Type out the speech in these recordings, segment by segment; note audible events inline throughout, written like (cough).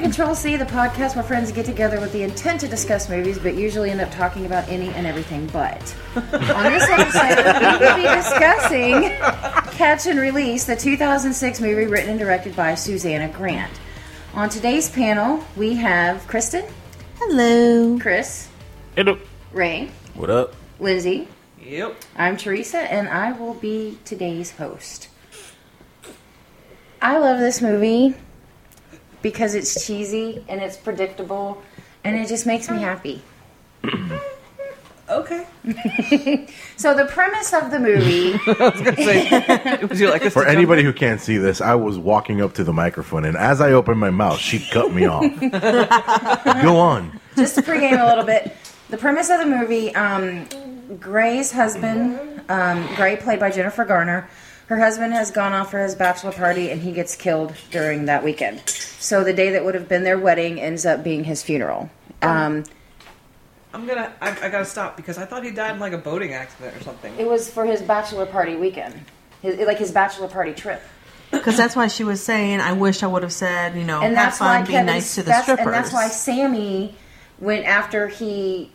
Control C, the podcast where friends get together with the intent to discuss movies, but usually end up talking about any and everything but. On this episode, we will be discussing Catch and Release, the 2006 movie written and directed by Susanna Grant. On today's panel, we have Kristen, Hello. Chris, Hello. Ray, What up? Lindsay. Yep. I'm Teresa, and I will be today's host. I love this movie because it's cheesy and it's predictable, and it just makes me happy. Okay. (laughs) So the premise of the movie, Would you like us For to jump anybody who can't see this, I was walking up to the microphone, and as I opened my mouth, she cut (laughs) me off. Go on. just to pregame a little bit, the premise of the movie, um, Gray's husband, um, Gray played by Jennifer Garner, her husband has gone off for his bachelor party and he gets killed during that weekend. So the day that would have been their wedding ends up being his funeral. Um, I'm gonna. I, I gotta stop because I thought he died in like a boating accident or something. It was for his bachelor party weekend, his, like his bachelor party trip, Because that's why she was saying, I wish I would have said, you know, and have that's fun, why be Kevin, nice to the that's, strippers. and that's why Sammy, went after he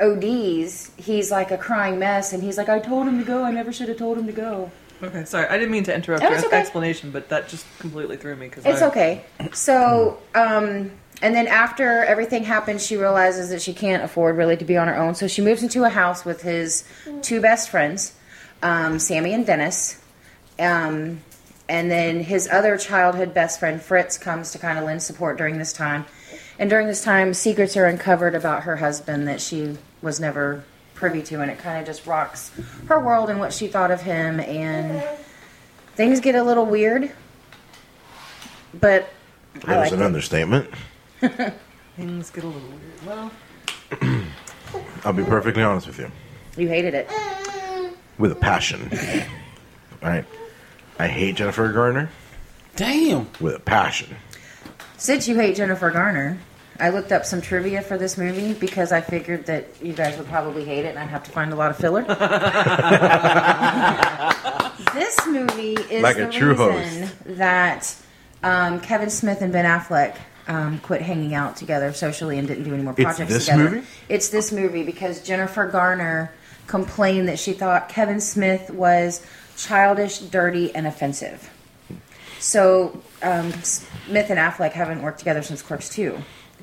ODs, he's like a crying mess, and he's like, "I told him to go. I never should have told him to go." Okay, sorry. I didn't mean to interrupt Oh, your it's okay. explanation, but that just completely threw me because It's okay. So, um, and then after everything happens, she realizes that she can't afford really to be on her own. So she moves into a house with his two best friends, um, Sammy and Dennis. Um, and then his other childhood best friend, Fritz, comes to kind of lend support during this time. And during this time, secrets are uncovered about her husband that she was never privy to. And it kind of just rocks her world and what she thought of him. And things get a little weird. But I That was like an it. understatement. Things get a little weird. Well, I'll be perfectly honest with you, You hated it. with a passion. All right. I hate Jennifer Garner Damn. with a passion. Since you hate Jennifer Garner, I looked up some trivia for this movie because I figured that you guys would probably hate it and I'd have to find a lot of (laughs) filler. this movie is Like a the true reason that um, Kevin Smith and Ben Affleck um, quit hanging out together socially and didn't do any more It's projects this together. movie? It's this movie because Jennifer Garner complained that she thought Kevin Smith was childish, dirty, and offensive. So um, Smith and Affleck haven't worked together since Clerks 2.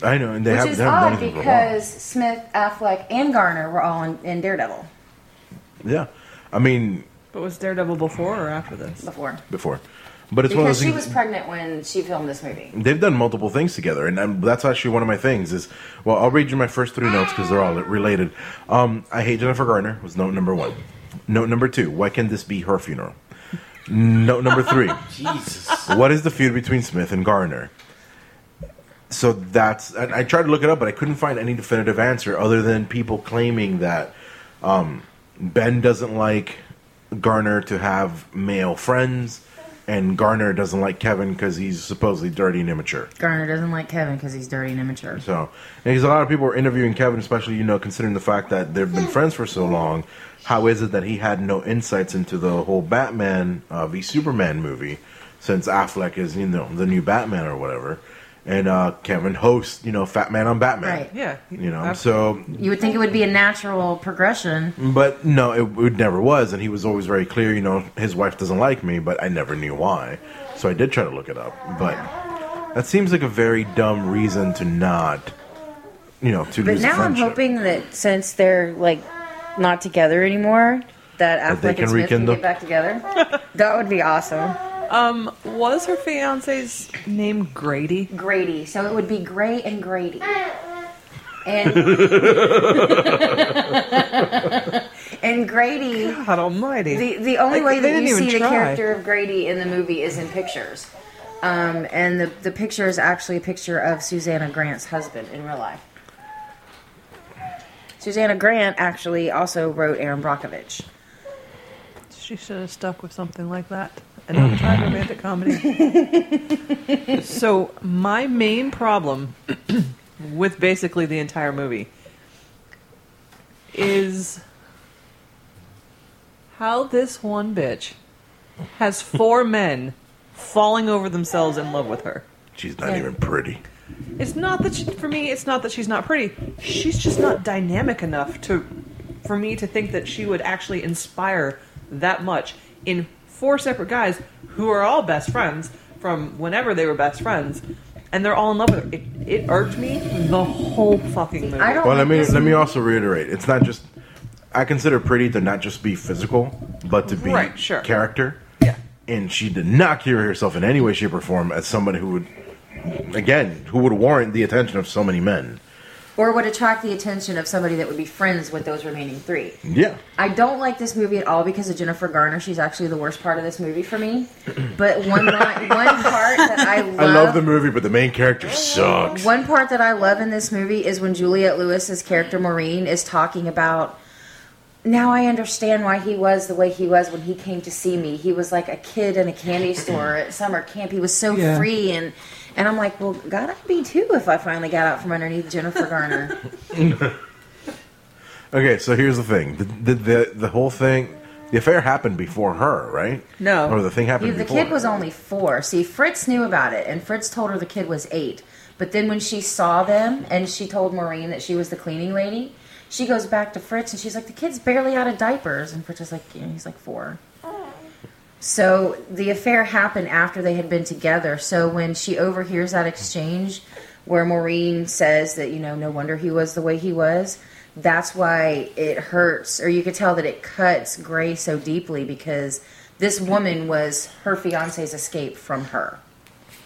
I know, and they Which haven't, is they haven't done odd anything for a while. because Smith, Affleck, and Garner were all in, in Daredevil Yeah. I mean, but was Daredevil before or after this? before. before. But it's one of Because those she things. was pregnant when she filmed this movie. they've done multiple things together, and um that's actually one of my things. Is well, I'll read you my first three notes because they're all related. Um, I hate Jennifer Garner was note number one. Note number two: Why can this be her funeral? Note number three: Jesus. What is the feud between Smith and Garner? So that's and I tried to look it up, but I couldn't find any definitive answer other than people claiming that um, Ben doesn't like Garner to have male friends. And Garner doesn't like Kevin because he's supposedly dirty and immature. Garner doesn't like Kevin because he's dirty and immature. So, because a lot of people were interviewing Kevin, especially you know, considering the fact that they've been friends for so long, how is it that he had no insights into the whole Batman uh, v Superman movie, since Affleck is you know the new Batman or whatever, and uh, Kevin hosts you know Fat Man on Batman, Right. Yeah. You know, Af- so You would think it would be a natural progression. but no, it, it never was, and he was always very clear. You know, his wife doesn't like me, but I never knew why. So I did try to look it up, but that seems like a very dumb reason to not, you know, to But lose a now I'm friendship. hoping that since they're like not together anymore, that Affleck they and can Smith can rekindle. get back together. that would be awesome. Um, was her fiance's name Grady? Grady. So it would be Gray and Grady. (laughs) And (laughs) and Grady. God Almighty. The the only Like, way they that didn't you even see the try. character of Grady in the movie is in pictures. Um, and the, the picture is actually a picture of Susanna Grant's husband in real life. Susanna Grant actually also wrote Aaron Brockovich. she should have stuck with something like that and not tried romantic comedy. so my main problem with basically the entire movie is how this one bitch has four men falling over themselves in love with her. She's not Yeah. even pretty. It's not that she, for me. It's not that she's not pretty. She's just not dynamic enough to, for me to think that she would actually inspire that much in four separate guys who are all best friends from whenever they were best friends, and they're all in love with her. It, it irked me the whole fucking movie. I don't. Well, let like me this let me also reiterate. It's not just I consider pretty to not just be physical, but to be Right, sure. character. Yeah. And she did not carry herself in any way, shape, or form as somebody who would, again, who would warrant the attention of so many men. or would attract the attention of somebody that would be friends with those remaining three. Yeah. I don't like this movie at all because of Jennifer Garner. She's actually the worst part of this movie for me. But one line, one part that I love, (laughs) I love the movie, but the main character sucks. one part that I love in this movie is when Juliet Lewis's character Maureen is talking about. Now I understand why he was the way he was when he came to see me. He was like a kid in a candy store at summer camp. He was so Yeah. free and and I'm like, well, God, I'd be too if I finally got out from underneath Jennifer Garner. Okay, so here's the thing: the the, the, the whole thing, the affair happened before her, right? No. Or the thing happened. Yeah, the before kid was only four. See, Fritz knew about it, and Fritz told her the kid was eight. But then when she saw them, and she told Maureen that she was the cleaning lady, she goes back to Fritz, and she's like, "The kid's barely out of diapers," and Fritz is like, yeah, "He's like four. So the affair happened after they had been together. So when she overhears that exchange, where Maureen says that you know, no wonder he was the way he was. That's why it hurts, or you could tell that it cuts Gray so deeply because this woman was her fiance's escape from her.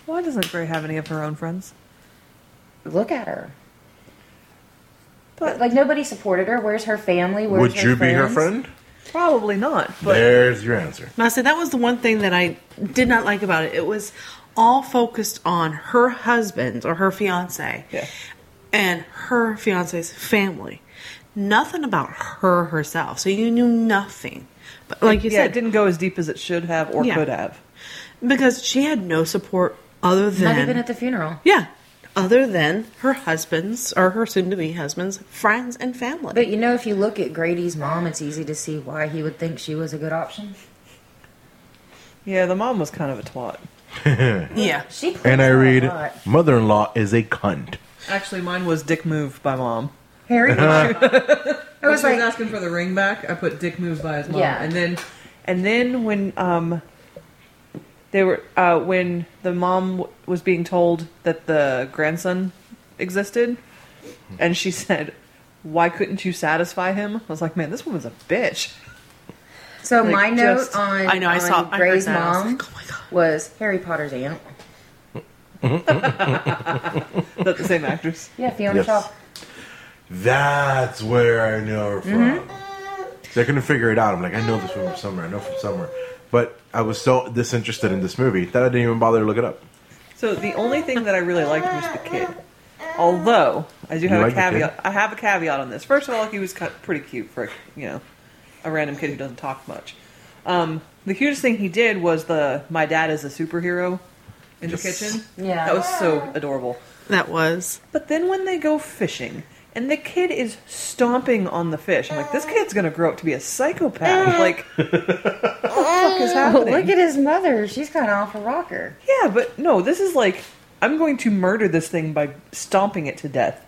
Why doesn't Gray have any of her own friends? Look at her. But like nobody supported her. Where's her family? Where's Would you be her friends? friend? Probably not. But There's your answer. And I said that was the one thing that I did not like about it. It was all focused on her husband or her fiance Yeah. and her fiance's family. Nothing about her herself. So you knew nothing. But like you yeah, it said, didn't go as deep as it should have or Yeah. could have. because she had no support other than Not even at the funeral. yeah, other than her husband's or her soon-to-be husband's friends and family. But you know, if you look at Grady's mom, it's easy to see why he would think she was a good option. Yeah, the mom was kind of a twat. yeah, She And I read, a lot. mother-in-law is a cunt. Actually, mine was dick move by mom. (laughs) Harry. I was she was like, asking for the ring back. I put dick move by his mom, Yeah. and then, and then when um, they were uh, when the mom w- was being told that the grandson existed, and she (laughs) said, "Why couldn't you satisfy him?" I was like, "Man, this woman's a bitch." so like, my note just- on I know. I on saw I heard Gray's that. I was mom like, oh my god. was Harry Potter's aunt. Is that the same actress? Yeah, Fiona Yes. Shaw. That's where I know her from. Mm-hmm. So I couldn't figure it out. I'm like, I know this one from somewhere. I know from somewhere. But I was so disinterested in this movie that I didn't even bother to look it up. So the only thing that I really liked was the kid. Although I do have like a the kid? caveat. I have a caveat on this. First of all, he was cut pretty cute for a, you know a random kid who doesn't talk much. Um, the cutest thing he did was the "My dad is a superhero" in the Yes. kitchen. Yeah. that was so adorable. That was But then when they go fishing and the kid is stomping on the fish, I'm like, this kid's gonna grow up to be a psychopath. Like, what the fuck is But happening? Oh, look at his mother. She's kind of off a rocker. Yeah, but no, this is like I'm going to murder this thing by stomping it to death.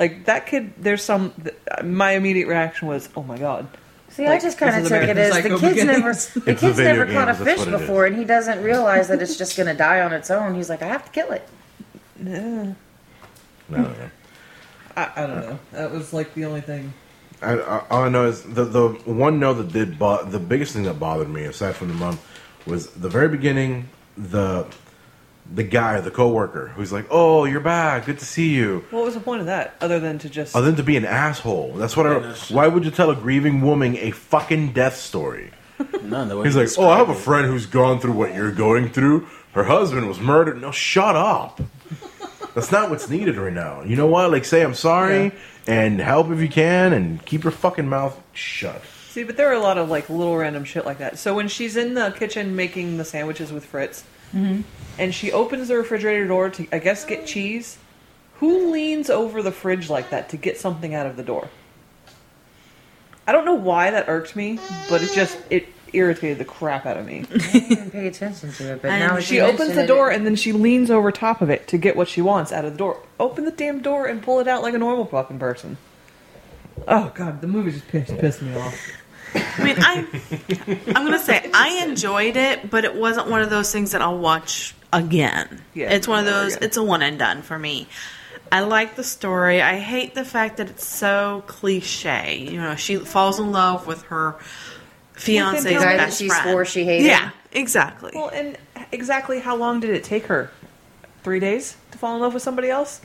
Like that kid, there's some. Th- my immediate reaction was, "Oh my god!" See, Like, I just kind this of is took it American as the Psycho kid's never beginnings. the oh It's a kid's video never game, caught a that's what fish it is. before, and he doesn't realize that it's just going to die on its own. He's like, I have to kill it. No, no, no. I, I don't know. That was like the only thing. I, I, all I know is the the one note that did bo- the biggest thing that bothered me aside from the mom was the very beginning the the guy the coworker who's like oh you're back good to see you What was the point of that, other than to just? other than to be an asshole that's what I why would you tell a grieving woman a fucking death story None the way he's you like oh I have a described friend who's gone through what you're going through her husband was murdered no shut up that's not what's needed right now you know what like say I'm sorry Yeah. and help if you can and keep your fucking mouth shut. See, but there are a lot of like little random shit like that. So when she's in the kitchen making the sandwiches with Fritz, and she opens the refrigerator door to, I guess, get cheese. Who leans over the fridge like that to get something out of the door? I don't know why that irked me, but it just it irritated the crap out of me. (laughs) didn't pay attention to it, but I now know. that She you opens mention the it, door it- and then she leans over top of it to get what she wants out of the door. Open the damn door and pull it out like a normal fucking person. Oh god, the movie just pissed, pissed me off. I mean, I I'm gonna say I enjoyed it, but it wasn't one of those things that I'll watch again. Yeah, it's one of never those. again. It's a one and done for me. I like the story. I hate the fact that it's so cliche. You know, she falls in love with her fiance's the guy that best she friend. swore she hated. Yeah, exactly. Well, and exactly how long did it take her? Three days to fall in love with somebody else?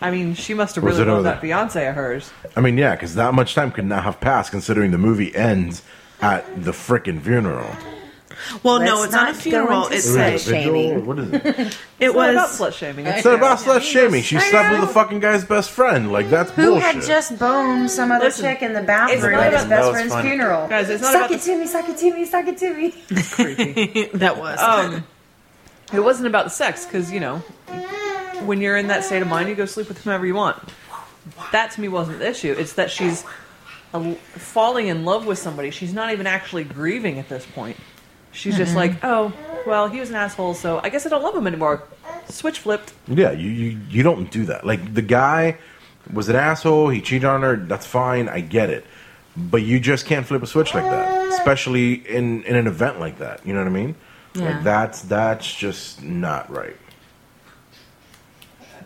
I mean, she must have Was really it loved over that fiance of hers. I mean, yeah, because that much time could not have passed considering the movie ends at the frickin' funeral. Well, no, Let's it's not a not go funeral. into It It's was a, a vigil? shaming. (laughs) What is it? it What about was slut shaming? It's not about slut shaming. She I slept with know. the fucking guy's best friend. Like that's Who bullshit. had just boned some other Listen, chick in the bathroom not at his That about- best was friend's funny. funeral? Guys, it's not suck about it the- to me, suck it to me, suck it to me. creepy. that was. Um, it wasn't about the sex because you know, when you're in that state of mind, you go sleep with whomever you want. That to me wasn't the issue. It's that she's a, falling in love with somebody. She's not even actually grieving at this point. She's just like, oh, well, he was an asshole, so I guess I don't love him anymore. Switch flipped. Yeah, you, you you don't do that. Like the guy was an asshole. He cheated on her. That's fine. I get it. But you just can't flip a switch like that, especially in in an event like that. You know what I mean? Yeah. Like that's that's just not right.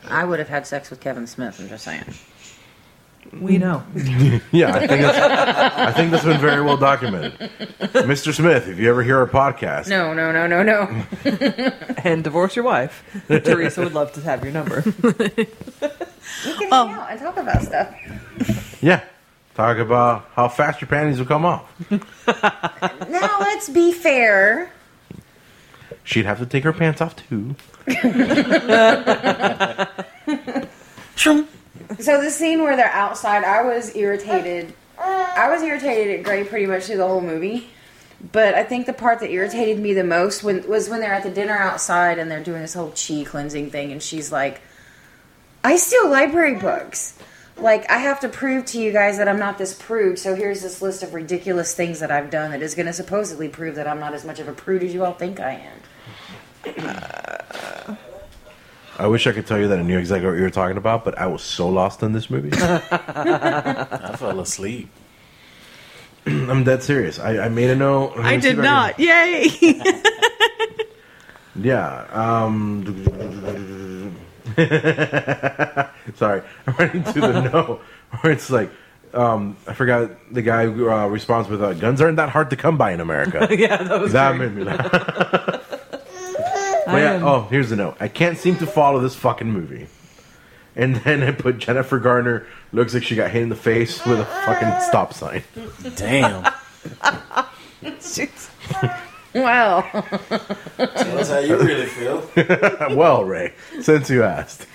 I would have had sex with Kevin Smith. I'm just saying. We Mm-hmm. know. Yeah, I think that's, I think that's been very well documented. Mr. Smith, if you ever hear our podcast, No, no, no, no, no. and divorce your (laughs) wife. Teresa would love to have your number. We can Oh. hang out and talk about stuff. yeah, talk about how fast your panties will come off. Now let's be fair. She'd have to take her pants off too. Shroom. So the scene where they're outside, I was irritated. I was irritated at Gray pretty much through the whole movie. But I think the part that irritated me the most when, was when they're at the dinner outside and they're doing this whole chi cleansing thing, and she's like, "I steal library books. Like I have to prove to you guys that I'm not this prude. So here's this list of ridiculous things that I've done that is going to supposedly prove that I'm not as much of a prude as you all think I am." I wish I could tell you that I knew exactly what you were talking about, but I was so lost in this (laughs) movie. I fell asleep. I'm dead serious. I, I made a note. Let me I see did if can- not. Yay! Yeah. Um, (laughs) sorry, (laughs) I'm running to (laughs) the no. Where it's like, um, I forgot the guy who uh, responds with, uh, "Guns aren't that hard to come by in America." yeah, that was that great. made me laugh. (laughs) I But yeah, am- oh, here's the note. I can't seem to follow this fucking movie. And then I put Jennifer Garner looks like she got hit in the face with a fucking stop sign. (laughs) Damn. She's- Wow. (laughs) That's how you really feel. Uh, well, Ray, since you asked.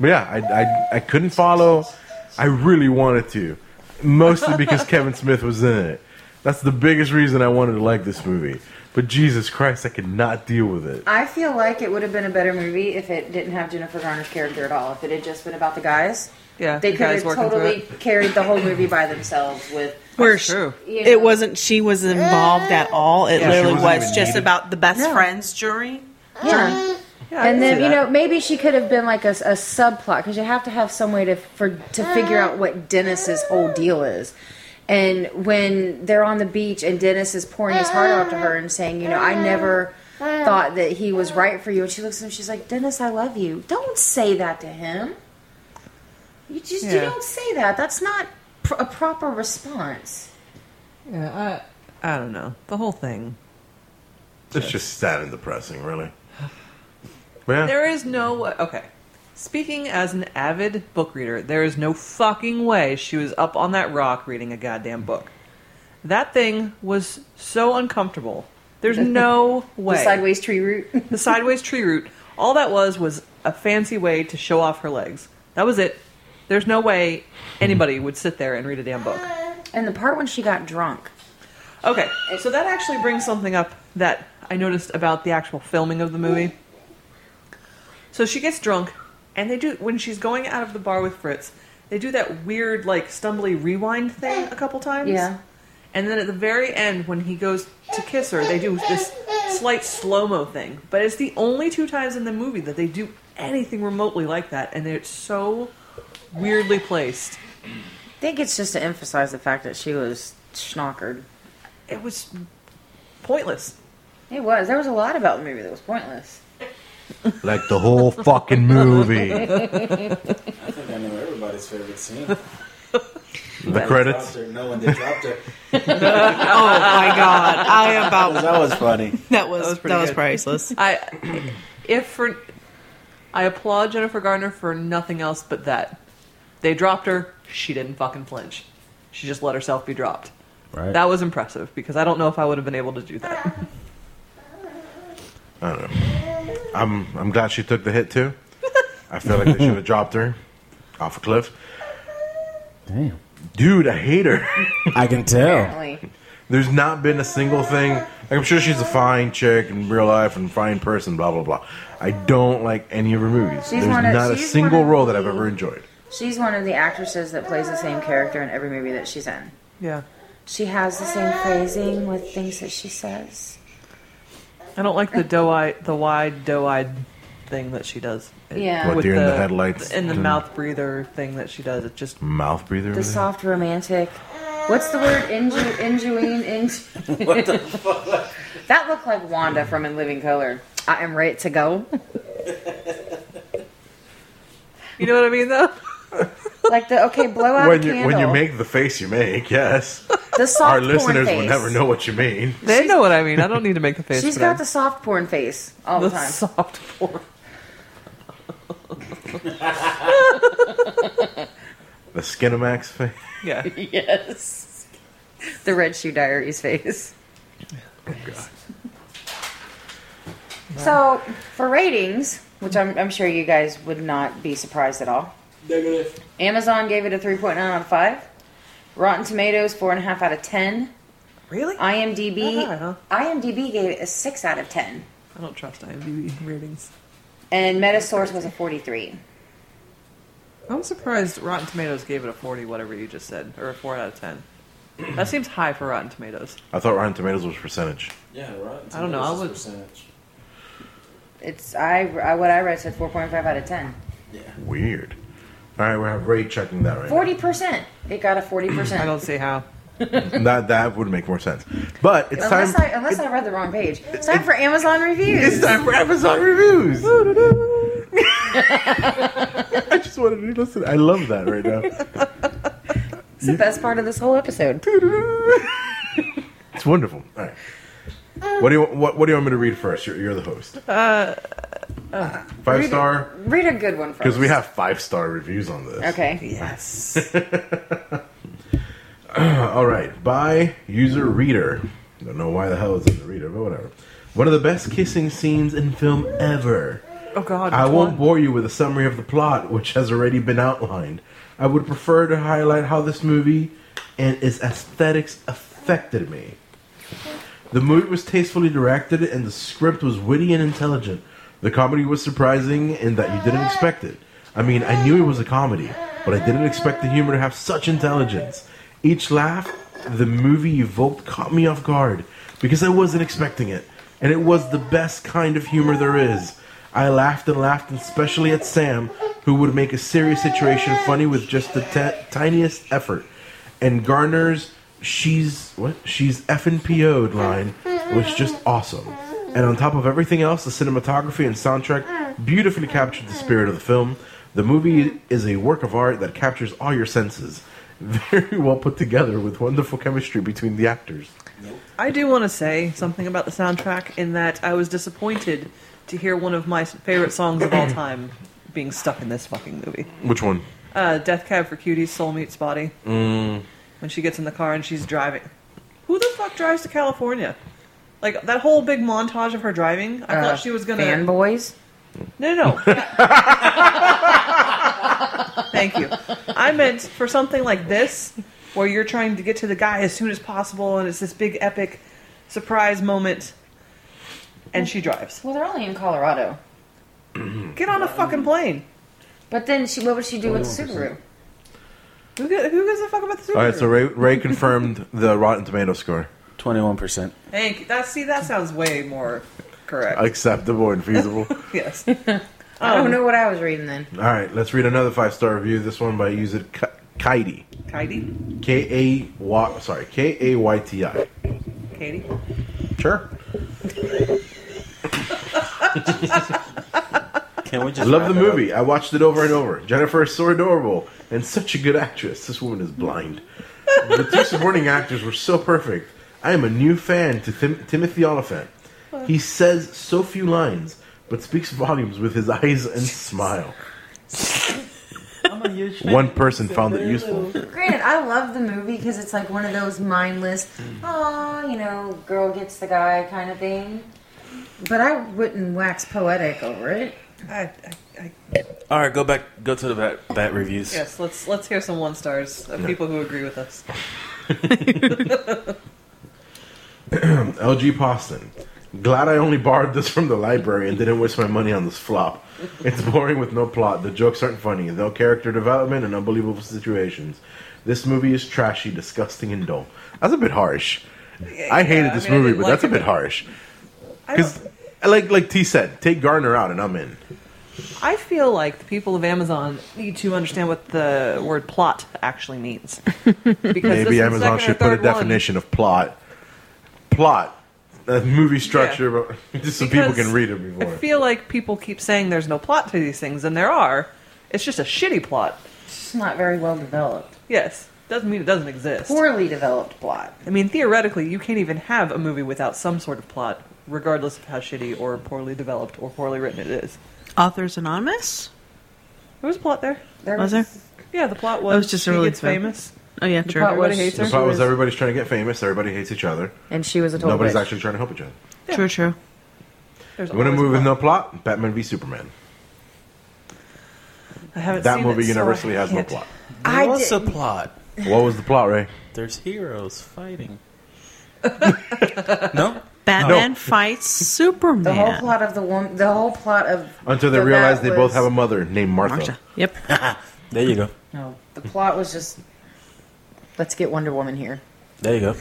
But yeah, I, I, I couldn't follow. I really wanted to. (laughs) Mostly because Kevin Smith was in it. That's the biggest reason I wanted to like this movie. But Jesus Christ, I could not deal with it. I feel like it would have been a better movie if it didn't have Jennifer Garner's character at all. If it had just been about the guys, Yeah, they the could guys have working through totally carried the whole movie by themselves. With Where That's she- true. it wasn't she was involved at all. Yeah, It she literally wasn't was even just needed. about the best No. friends jury. yeah, yeah, I can and then see you that. know maybe she could have been like a, a subplot because you have to have some way to for to figure out what Dennis's whole deal is. And when they're on the beach and Dennis is pouring his heart out to her and saying, you know, I never thought that he was right for you, and she looks at him, she's like, Dennis, I love you. Don't say that to him. You just you Yeah. don't say that. That's not pr- a proper response. Yeah, I, I don't know. The whole thing. It's just sad and depressing, really. But yeah, There is no. Okay. Speaking as an avid book reader, there is no fucking way she was up on that rock reading a goddamn book. That thing was so uncomfortable. (laughs) There's no way. The sideways tree root. (laughs) the sideways tree root. All that was was a fancy way to show off her legs. That was it. There's no way anybody would sit there and read a damn book. and the part when she got drunk. Okay, so that actually brings something up that I noticed about the actual filming of the movie. So she gets drunk, and they do when she's going out of the bar with Fritz. They do that weird, like, stumbly rewind thing a couple times. Yeah. And then at the very end, when he goes to kiss her, they do this slight slow mo thing. But it's the only two times in the movie that they do anything remotely like that, and it's so weirdly placed. I think it's just to emphasize the fact that she was schnockered. It was pointless. It was. There was a lot about the movie that was pointless. Like the whole (laughs) fucking movie. I think I know everybody's favorite (laughs) scene. Dropped The credits. her, No one did dropped her. Oh (laughs) my god! I about That was funny. that was that was, was pretty good. priceless. I, if for, I applaud Jennifer Garner for nothing else but that. They dropped her. She didn't fucking flinch. She just let herself be dropped. Right. That was impressive because I don't know if I would have been able to do that. I don't know. I'm I'm glad she took the hit too. I feel like they should (laughs) have dropped her off a cliff. Damn. Dude, I hate her. (laughs) I can tell. Apparently. There's not been a single thing. Like, I'm sure she's a fine chick in real life and fine person. Blah blah blah. I don't like any of her movies. She's There's one of- not a she's single one of role that I've the- ever enjoyed. She's one of the actresses that plays the same character in every movie that she's in. Yeah. She has the same phrasing with things that she says. I don't like the doe eye, the wide doe eyed thing that she does. It- Yeah. What, with deer in the headlights? and the Mm. mouth breather thing that she does. It just Mouth The breather. over there? soft romantic. What's the word? Inju- injuine? Inju- (laughs) what the fuck? that looked like Wanda from In Living Color. I am ready to go. you know what I (laughs) mean though. Like the okay, blow out When a you candle. when you make the face you (laughs) make, yes. the soft Our porn listeners face. will never know what you mean. They know what I mean. I don't need to make the face. She's for got them. the soft porn face all the, the time. (laughs) soft porn. The Skinamax face. Yeah. yes. The Red Shoe Diaries face. Oh, So, for ratings, which I'm, I'm sure you guys would not be surprised at all, Negative. Amazon gave it a 3.9 out of 5. Rotten Tomatoes, 4.5 out of 10. Really? I, IMDb, Not high, huh? IMDb gave it a 6 out of 10. don't trust IMDb ratings. And Metasource was a 43. I'm surprised Rotten Tomatoes gave it a 40, whatever you just said, or a 4 out of 10. That seems high for Rotten Tomatoes. I thought Rotten Tomatoes was percentage. Yeah, right. I don't know, I would- Percentage. It's I, I what I read said 4.5 out of 10. Yeah. Weird. All right, we have Ray checking that right. 40%. It got a 40%. I don't see how. now. That that would make more sense. But it's time. Unless I, unless I read the wrong page. It's time for Amazon (laughs) It's reviews. time for Amazon reviews. (laughs) I just wanted to listen. I love that right now. It's the best part of this whole episode. It's wonderful. All right. What do you what, what do you want me to read first? You're, you're the host. Uh, five uh, read it. star Read a good one first. because we have five star reviews on this. Okay. Yes. All right, by user reader. Don't know why the hell it's in the reader, but whatever. One of the best kissing scenes in film ever. Oh, God. I which won't one? bore you with a summary of the plot, which has already been outlined. I would prefer to highlight how this movie and its aesthetics affected me. The movie was tastefully directed, and the script was witty and intelligent. The comedy was surprising in that you didn't expect it. I mean, I knew it was a comedy, but I didn't expect the humor to have such intelligence. Each laugh the movie evoked caught me off guard because I wasn't expecting it, and it was the best kind of humor there is. I laughed and laughed, and especially at Sam, who would make a serious situation funny with just the t- tiniest effort. And Garner's she's what she's effing PO'd line was just awesome. And on top of everything else, the cinematography and soundtrack beautifully captured the spirit of the film. The movie is a work of art that captures all your senses. (laughs) Very well put together with wonderful chemistry between the actors. I do want to say something about the soundtrack in that I was disappointed to hear one of my favorite songs of all time being stuck in this fucking movie. Which one? Uh, Death Cab for Cuties, Soul Meets Body. Mm. When she gets in the car and she's driving. Who the fuck drives to California? Like, that whole big montage of her driving, I Uh, thought she was going to. Fanboys. No, no, no. Thank you. I meant for something like this, where you're trying to get to the guy as soon as possible, and it's this big epic surprise moment, and she drives. Well, they're only in Colorado. Get on a fucking plane. But then she, what would she do with the Subaru? Who, gi- who gives a fuck about the Super All right, so Ray, Ray confirmed the Rotten Tomato score. Twenty-one percent. Hank, that, see, that sounds way more correct. Acceptable and (laughs) feasible. yes. I don't know what I was reading then. All right, let's read another five star review. This one by user Ki- Kaidi. Katie? K A Y. Sorry, K A Y T I. Katie? Sure. (laughs) Can we just I love wrap the it up? movie. I watched it over and over. Jennifer is so adorable and such a good actress. This woman is blind. the two supporting actors were so perfect. I am a new fan to Tim- Timothy Oliphant. He says so few lines, but speaks volumes with his eyes and smile. I'm a huge fan. One person found it useful. Granted, I love the movie because it's like one of those mindless, oh, you know, girl gets the guy kind of thing. But I wouldn't wax poetic over it. I, I, I, All right, go back. Go to the bat, bat reviews. yes, let's let's hear some one stars of people who agree with us. LG Poston. Glad I only borrowed this from the library and didn't waste my money on this flop. It's boring with no plot, the jokes aren't funny, no character development, and unbelievable situations. This movie is trashy, disgusting, and dull. That's a bit harsh. I hated I this mean, I movie, didn't but like that's a it, bit but- harsh. I, Because, don't- like, like T said, take Garner out and I'm in. I feel like the people of Amazon need to understand what the word plot actually (laughs) means. Because this is Maybe the second or Amazon should put a third one. definition of plot. Plot. A movie structure, (laughs) but just so people Because can read it before. I feel like people keep saying there's no plot to these things, and there are. It's just a shitty plot. It's just not very well developed. Yes, doesn't mean it doesn't exist. Poorly developed plot. I mean, theoretically, you can't even have a movie without some sort of plot, regardless of how shitty or poorly developed or poorly written it is. Authors Anonymous? There was a plot there. There Was there? Yeah, the plot was, was just she a really gets bad- famous. Oh, yeah, The plot true. was- Everybody hates the her. plot was was- everybody trying to get famous, everybody hates each other. And she was a total Nobody's bitch. actually trying to help each other. True, true. There's You want to always a move with no plot. plot? Batman v Superman. I haven't That seen movie it, so universally I has no can't. plot. I There was a didn't- plot. What was the plot, Ray? There's heroes (laughs) fighting. no. Batman fights Superman. The whole plot of the woman. The whole plot of Until they the- realize that they both was- have a mother named Martha. Marcia. Yep. There you go. No, the plot was just. Let's get Wonder Woman here. There you go.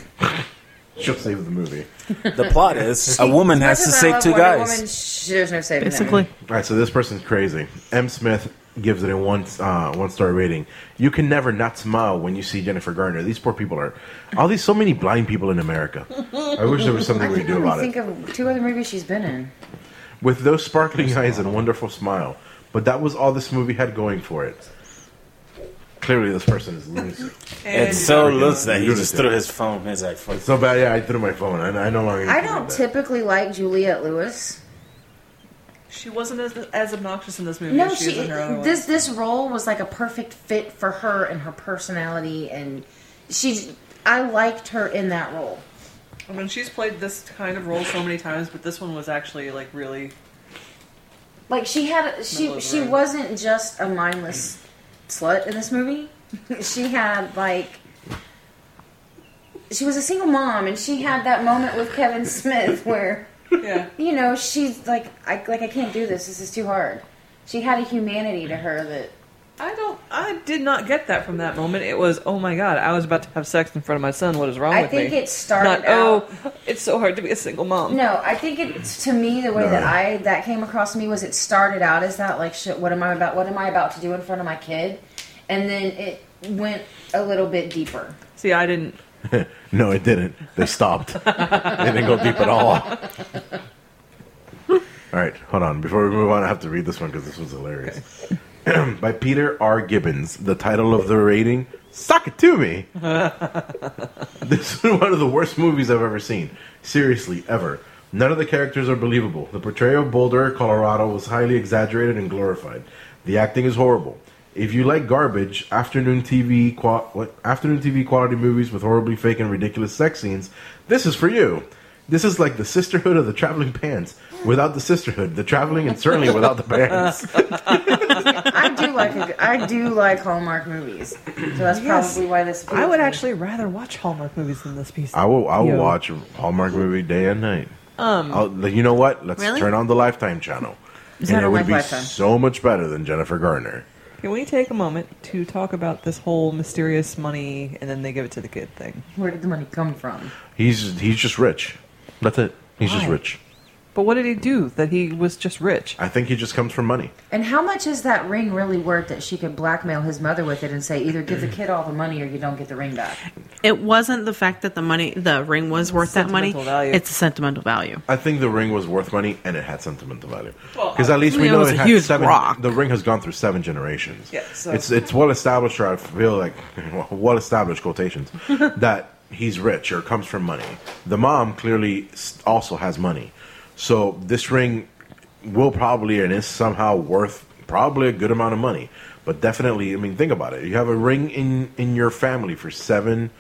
She'll save the movie. The plot (laughs) is a woman As much has to as I save love two Wonder guys. Woman, sh- there's no saving that Basically. movie. All right, so this person's crazy. M. Smith gives it a one uh, one star rating. You can never not smile when you see Jennifer Garner. These poor people are. All these so many blind people in America. I wish there was something we I could can do only about think it. of two other movies she's been in. With those sparkling eyes and wonderful smile, but that was all this movie had going for it. Clearly, this person is losing. It's so Freaking loose that he just lunatic. threw his phone. He's like, fuck. So bad, yeah. I threw my phone. I, I no longer. I can do don't that. typically like Juliette Lewis. She wasn't as, as obnoxious in this movie No, as she, she. is in her other one. This this role was like a perfect fit for her and her personality, and she. I liked her in that role. I mean, she's played this kind of role so many times, but this one was actually like really. Like she had. Middle She of the she road. wasn't just a mindless (clears throat) slut in this movie. (laughs) she had like. She was a single mom, and she had that moment with Kevin Smith where. (laughs) Yeah. you know, she's like, I like I can't do this. This is too hard. She had a humanity to her that I don't. I did not get that from that moment. It was, oh my god, I was about to have sex in front of my son. What is wrong I with think me? it started Not, out. oh, it's so hard to be a single mom. No, I think it to me the way that No. I that came across to me was it started out as that like shit. What am I about? What am I about to do in front of my kid? And then it went a little bit deeper. See, I didn't. No, it didn't. (laughs) They stopped. they didn't go deep at all. All right, hold on. Before we move on, I have to read this one because this was hilarious. (clears throat) By Peter R. Gibbons. The title of the rating: "Suck it to me." (laughs) this is one of the worst movies I've ever seen. Seriously, ever. None of the characters are believable. The portrayal of Boulder, Colorado was highly exaggerated and glorified. The acting is horrible. If you like garbage, afternoon TV qua- what afternoon TV quality movies with horribly fake and ridiculous sex scenes, this is for you. This is like the sisterhood of the traveling pants, without the sisterhood, the traveling, and certainly without the pants. I do like a, I do like Hallmark movies, so that's Yes. probably why this. I would appeals to me. actually rather watch Hallmark movies than this piece. I will. I will Yeah. watch a Hallmark movie day and night. Um, I'll, you know what? Let's Really? turn on the Lifetime channel, that and it on would like be Lifetime? so much better than Jennifer Garner. Can we take a moment to talk about this whole mysterious money and then they give it to the kid thing? Where did the money come from? He's he's just rich. That's it. He's just Why? rich. But what did he do that he was just rich? I think he just comes from money. And how much is that ring really worth that she could blackmail his mother with it and say, either give the kid all the money or you don't get the ring back? It wasn't the fact that the money, the ring was worth that money. Sentimental value. It's a sentimental value. I think the ring was worth money and it had sentimental value. Well, Because at least we it know was it a had huge seven. rock. The ring has gone through seven generations. Yeah, so- it's it's well established. Or I feel like (laughs) well established quotations (laughs) that he's rich or comes from money. The mom clearly s- also has money, so this ring will probably and is somehow worth probably a good amount of money. But definitely, I mean, think about it. You have a ring in in your family for seven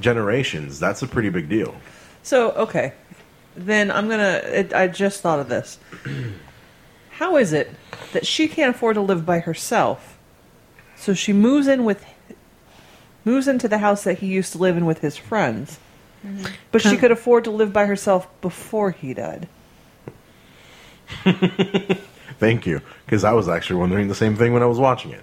generations. That's a pretty big deal. So, okay. Then I'm going to. I just thought of this. (clears throat) How is it that she can't afford to live by herself? So she moves in with. Moves into the house that he used to live in with his friends, but she could afford to live by herself before he died. Thank you, because I was actually wondering the same thing when I was watching it.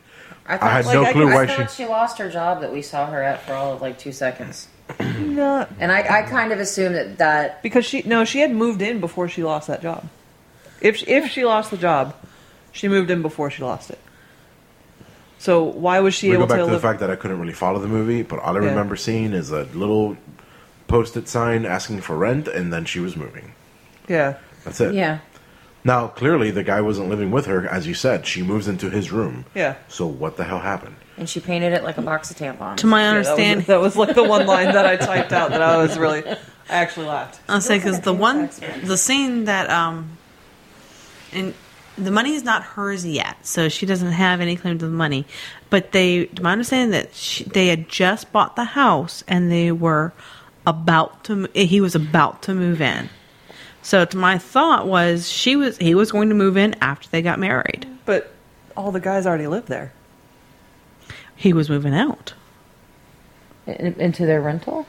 I, thought- had like, no I- clue I why I she. thought she lost her job that we saw her at for all of like two seconds. Not And I, I kind of assumed that that. Because she no, she had moved in before she lost that job. If she, if she lost the job, she moved in before she lost it. So why was she We go able back to to the live? fact that I couldn't really follow the movie, but all I Yeah. remember seeing is a little post-it sign asking for rent, and then she was moving. yeah, That's it. Yeah. Now, clearly, the guy wasn't living with her, as you said. She moves into his room. Yeah. So what the hell happened? And she painted it like a box of tampons. To my Yeah, that was- understanding, that was, like the one line that I typed out that I was really, I actually laughed. I'll say because the one, the scene that um, and the money is not hers yet, so she doesn't have any claim to the money. But they, to my understanding, that she, they had just bought the house and they were about to. mo- eh, He was about to move in. So to my thought was she was he was going to move in after they got married. But all the guys already lived there. He was moving out. In- into their rental?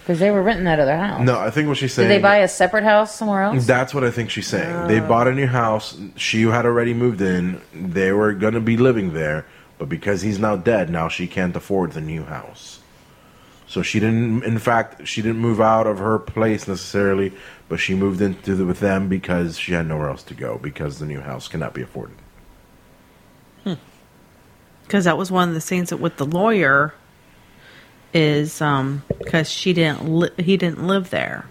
Because they were renting that other house. No, I think what she's saying. Did they buy a separate house somewhere else? That's what I think she's saying. they bought a new house. She had already moved in. They were going to be living there, but because he's now dead, now she can't afford the new house. So she didn't. In fact, she didn't move out of her place necessarily, but she moved into the, with them because she had nowhere else to go because the new house cannot be afforded. because that was one of the scenes that with the lawyer is um because she didn't li- he didn't live there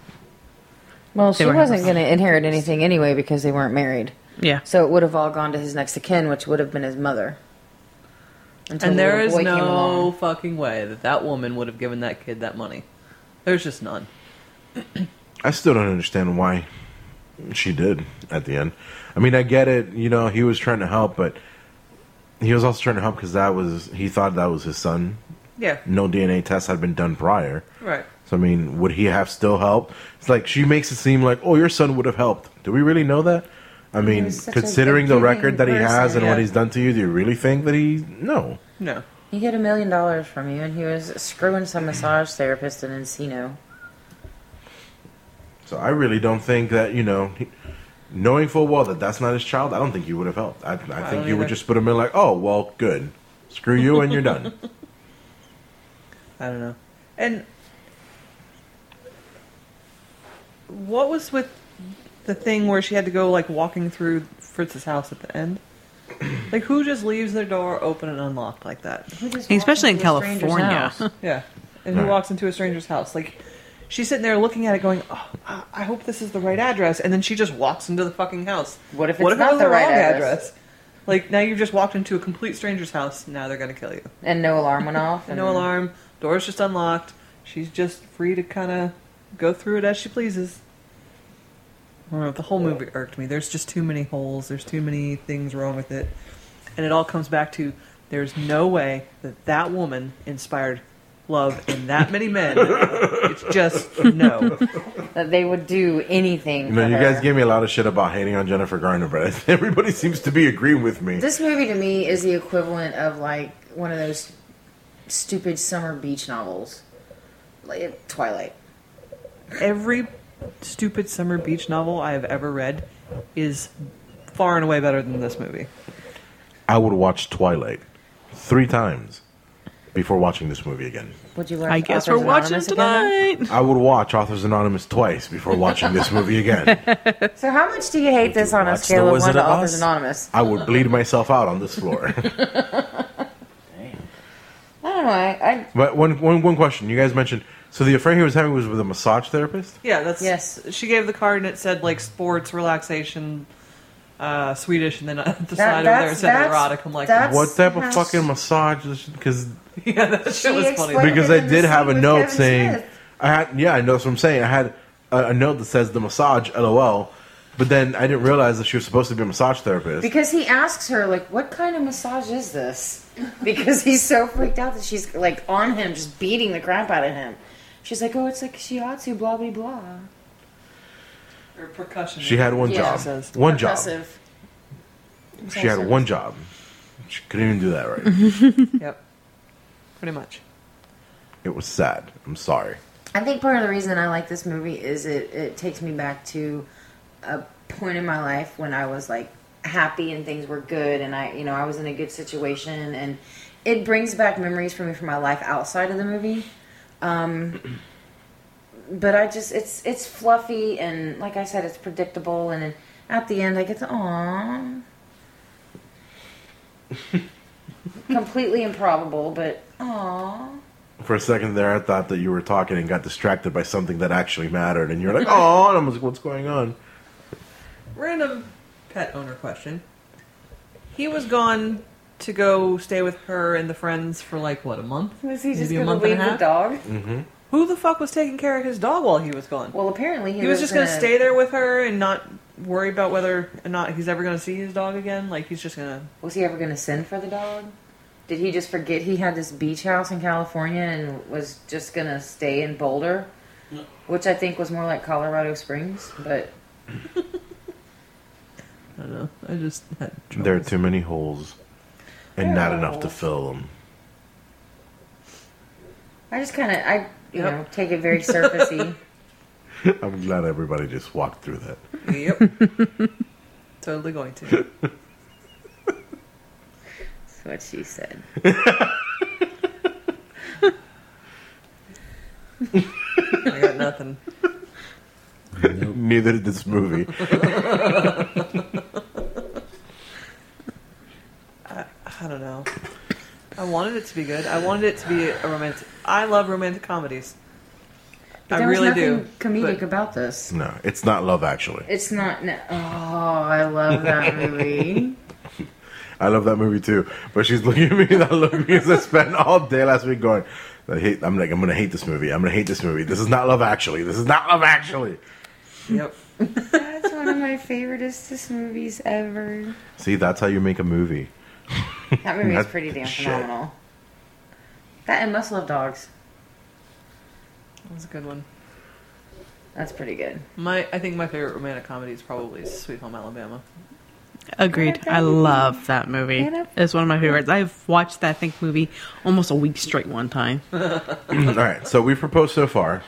Well, she were wasn't going to inherit anything anyway because they weren't married. yeah So it would have all gone to his next of kin, which would have been his mother. Until And the there little is boy came no along. fucking way that that woman would have given that kid that money. There's just none. I still don't understand why she did at the end. I mean, I get it. You know, he was trying to help, but he was also trying to help because that was he thought that was his son. Yeah, no DNA test had been done prior. right. So I mean, would he have still helped? It's like she makes it seem like, oh, your son would have helped. Do we really know that? I mean, was such a considering the giving record that he has person. and what Yeah. he's done to you, do you really think that he? No, No. He get a million dollars from you, and he was screwing some massage therapist in Encino. So I really don't think that you know, he- knowing full well that that's not his child, I don't think you would have helped. I, I think don't you would either. just put him in like, oh, well, good, screw you, and you're (laughs) done. I don't know. And what was with the thing where she had to go like walking through Fritz's house at the end? Like who just leaves their door open and unlocked like that? especially in california (laughs) Yeah. And who walks into a stranger's house? Like she's sitting there looking at it going, "Oh, I- I hope this is the right address." And then she just walks into the fucking house. What if what it's if it not was the the right wrong address? Like now you've just walked into a complete stranger's house. Now they're going to kill you. And no alarm went off. And (laughs) No alarm. Door's just unlocked. She's just free to kind of go through it as she pleases. I don't know. The whole movie irked me. There's just too many holes. There's too many things wrong with it, and it all comes back to there's no way that that woman inspired love in that many men. it's just no. That they would do anything. You know, for you her. guys gave me a lot of shit about hating on Jennifer Garner, but (laughs) everybody seems to be agreeing with me. This movie to me is the equivalent of like one of those stupid summer beach novels, like Twilight. Every stupid summer beach novel I have ever read is far and away better than this movie. I would watch Twilight. three times before watching this movie again. Would you learn? I guess Authors we're watching Anonymous again? tonight. I would watch Authors Anonymous twice before watching this movie again. So, how much do you hate this on a watch The scale of one Wizard to of Authors Oz? Anonymous? I would bleed myself out on this (laughs) floor. I don't know. I, I but one, one, one question. You guys mentioned, so the affair he was having was with a massage therapist? Yeah, that's Yes. She gave the card and it said like sports, relaxation, uh, Swedish, and then at the That- side over there it that's- said that's- erotic. I'm like, that's- What type of Yes. fucking massage? Because (laughs) yeah, that shit was funny. explained- because Better I than did the have scene a with note Kevin saying Smith. I had yeah I know that's what I'm saying I had a, a note that says the massage LOL but then I didn't realize that she was supposed to be a massage therapist because he asks her like, "What kind of massage is this?" Because he's so freaked out that she's like on him, just beating the crap out of him. She's like, "Oh, it's like shiatsu, blah blah blah." Or percussion. she had one Yeah. job Says- one job Impressive. she had Impressive. one job she couldn't even do that right Yep. Pretty much. it was sad I'm sorry I think part of the reason I like this movie is it, it takes me back to a point in my life when I was like happy and things were good and I you know I was in a good situation and it brings back memories for me from my life outside of the movie. Um, but I just it's it's fluffy and like I said it's predictable and at the end I get to (laughs) aw completely improbable but aw for a second there I thought that you were talking and got distracted by something that actually mattered and you're like oh and I was like what's going on Random pet owner question. He was gone to go stay with her and the friends for like what a month? was he just Maybe a gonna month and a leave the half? dog? Who the fuck was taking care of his dog while he was gone? Well, apparently he, he was lives just going to in a- stay there with her and not worry about whether or not he's ever going to see his dog again. Like he's just going to. Was he ever going to send for the dog? Did he just forget he had this beach house in California and was just going to stay in Boulder, which I think was more like Colorado Springs? But I don't know. I just had trouble. there are too many holes and not enough to fill them I just kind of I you Yep. know take it very (laughs) surfacey. I'm glad everybody just walked through that Yep. (laughs) totally going to. That's what she said. I got nothing. (laughs) Neither did this movie. I don't know. I wanted it to be good. I wanted it to be a romantic. I love romantic comedies. But I there really was nothing do. comedic but- about this. No, it's not love actually. It's not. No, oh, I love that (laughs) movie. I love that movie too. But she's looking at me (laughs) that look because I spent all day last week going, I hate I'm like, I'm gonna hate this movie. I'm gonna hate this movie. This is not love actually. This is not love actually. Yep. That's one of my favoriteest movies ever. See, that's how you make a movie. That movie is That- pretty damn shit. phenomenal. That and Must Love Dogs. That was a good one. That's pretty good. My, I think my favorite romantic comedy is probably Sweet Home Alabama. Agreed. I love that movie. It's one of my favorites. I've watched that I think movie almost a week straight one time. all right, so we've proposed so far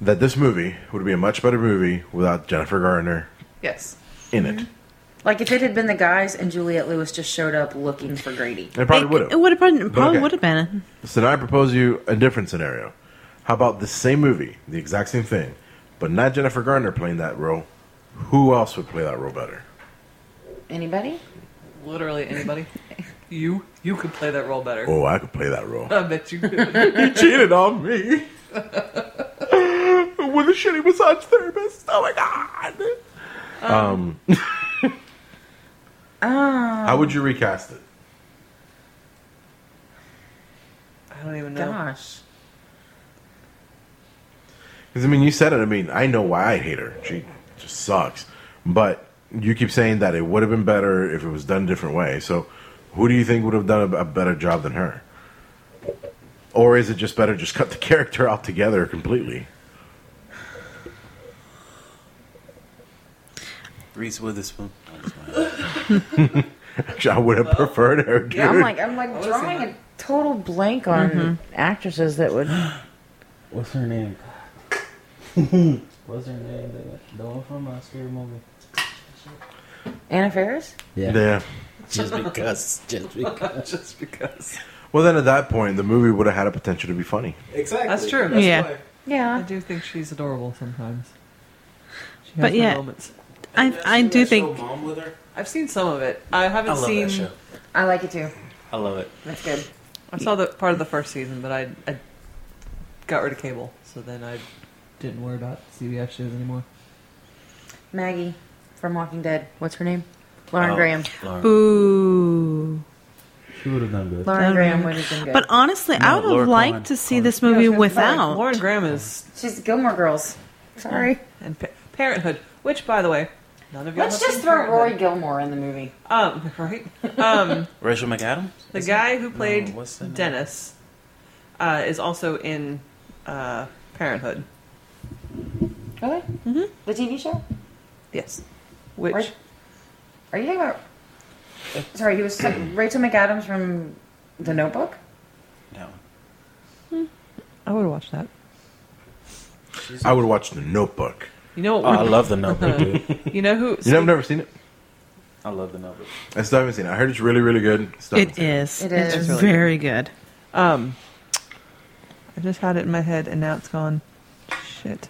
that this movie would be a much better movie without Jennifer Garner Yes. in it. Like if it had been the guys and Juliet Lewis just showed up looking for Grady. It probably would It have. would have been, probably okay. would have been. So now I propose you a different scenario. How about the same movie, the exact same thing, but not Jennifer Garner playing that role? Who else would play that role better? Anybody? (laughs) Literally anybody. you you could play that role better. Oh, I could play that role. I bet you could. he cheated on me with a shitty massage therapist. Oh my god. Um, (laughs) Oh Ah. How would you recast it? I don't even know. gosh. Because I mean, you said it. I mean, I know why I hate her. She just sucks. But you keep saying that it would have been better if it was done a different way. So, who do you think would have done a, a better job than her? Or is it just better just cut the (laughs) character out together completely? Reese (laughs) Witherspoon. Actually, I would have preferred her. Dude. Yeah, I'm like I'm like was drawing that? a total blank on actresses that would (gasps) What's her name? (laughs) What's her name? uh, The, the one from my scary movie. Anna Faris? yeah. just because. Just because. just because. Well, then at that point, the movie would have had a potential to be funny. Exactly. That's true. Yeah. why. I Yeah. do think she's adorable sometimes. She has But her yeah. moments. I, Have you I seen do that show think Mom with her. I've seen some of it. I haven't I love seen. that show. I like it too. I love it. That's good. I saw the part of the first season, but I, I got rid of cable, so then I didn't worry about CBS shows anymore. Maggie from Walking Dead. What's her name? Lauren Oh, Graham. Lauren. boo. She would have done good. Lauren Lauren Graham Graham. would have been good. But honestly, I No, would Laura have liked Cohen. to see Cohen. this movie Yeah, I was gonna say, without. Lauren Graham is She's Gilmore Girls. Sorry. and pa- Parenthood, which by the way, none of you. Let's just throw Rory Gilmore in the movie. Um, (laughs) right. (laughs) Um, Rachel McAdams. the Is guy it? who No, played what's the name? Dennis uh, is also in uh, Parenthood. Really? Mm-hmm. The TV show? Yes. Which Right. Are you talking about? Sorry, he was Rachel McAdams from The Notebook. That one. I would watch that. I would watch The Notebook. You know Oh, what? I would- love the notebook, dude. You know who? You know, I've never seen it. (laughs) I love the notebook. I still haven't seen it. I heard it's really, really good. Still haven't It seen is. It It is. is. It's really very good. Um, I just had it in my head, and now it's gone. Shit.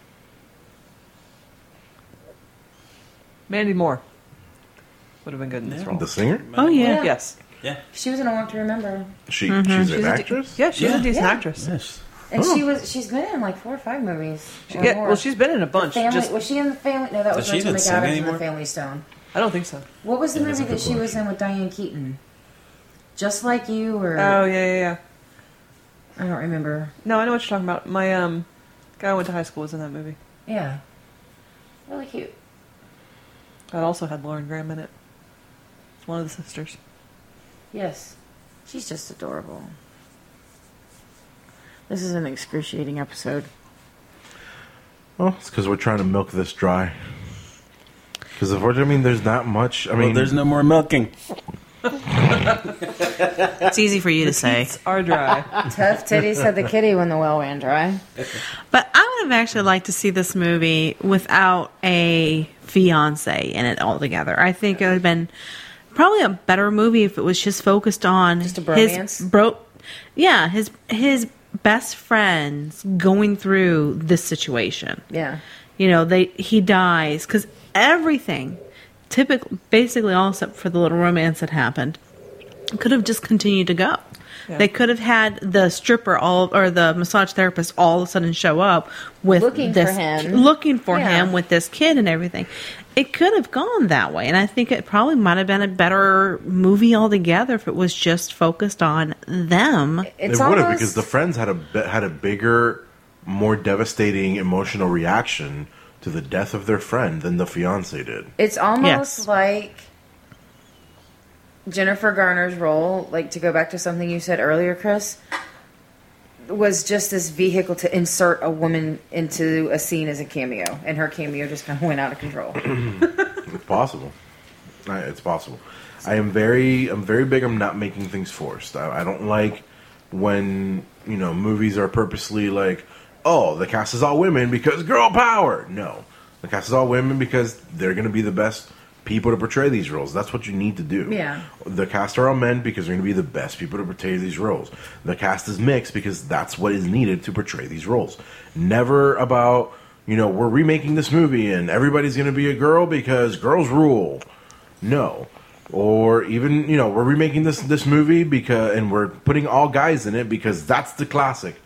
Mandy Moore would have been good in this Yeah. role. The singer? Oh, yeah. Yes. Yeah. She was in A Walk to Remember, She she's an She's a de- actress. yeah, she's Yeah. a decent Yeah. actress. Yes. and Oh. she was she's been in like four or five movies. or Yeah, more. well, she's been in a bunch. family. Just was she in the family? No, that was So she's Rachel not singing McAdams in the anymore? Family Stone. I don't think so. What was the Yeah, that's movie a good that she was question. in with Diane Keaton? Just like you, or Oh yeah, yeah, yeah. I don't remember. No, I know what you're talking about. My um, guy I went to high school was in that movie. Yeah, really cute. That also had Lauren Graham in it. One of the sisters. Yes, she's just adorable. This is an excruciating episode. Well, Oh, it's because we're trying to milk this dry. Because unfortunately, I mean, there's not much. I mean, well, there's no more milking. It's easy for you to say. Are dry. Tough titty said the kitty when the well ran dry. But I would have actually liked to see this movie without a fiance in it altogether. I think it would have been probably a better movie if it was just focused on Just a his bromance? bro. Yeah, his his best friends going through this situation. Yeah. you know they he dies because everything typically basically all except for the little romance that happened could have just continued to go Yeah. they could have had the stripper all or the massage therapist all of a sudden show up with Looking this for him. looking for Yeah. him with this kid and everything it could have gone that way and i think it probably might have been a better movie altogether if it was just focused on them It It's would have almost because the friends had a bi- had a bigger, more devastating emotional reaction to the death of their friend than the fiance did. it's almost Yes. like Jennifer Garner's role, like to go back to something you said earlier, Chris, was just this vehicle to insert a woman into a scene as a cameo, and her cameo just kind of went out of control. It's possible. I, it's possible. I am very, I'm very big. I'm not making things forced. I, I don't like when you know movies are purposely like, oh, the cast is all women because girl power. No, the cast is all women because they're going to be the best people to portray these roles. That's what you need to do. Yeah. The cast are all men because they're going to be the best people to portray these roles. The cast is mixed because that's what is needed to portray these roles. Never about, you know, we're remaking this movie and everybody's going to be a girl because girls rule. No. Or even, you know, we're remaking this this movie because and we're putting all guys in it because that's the classic.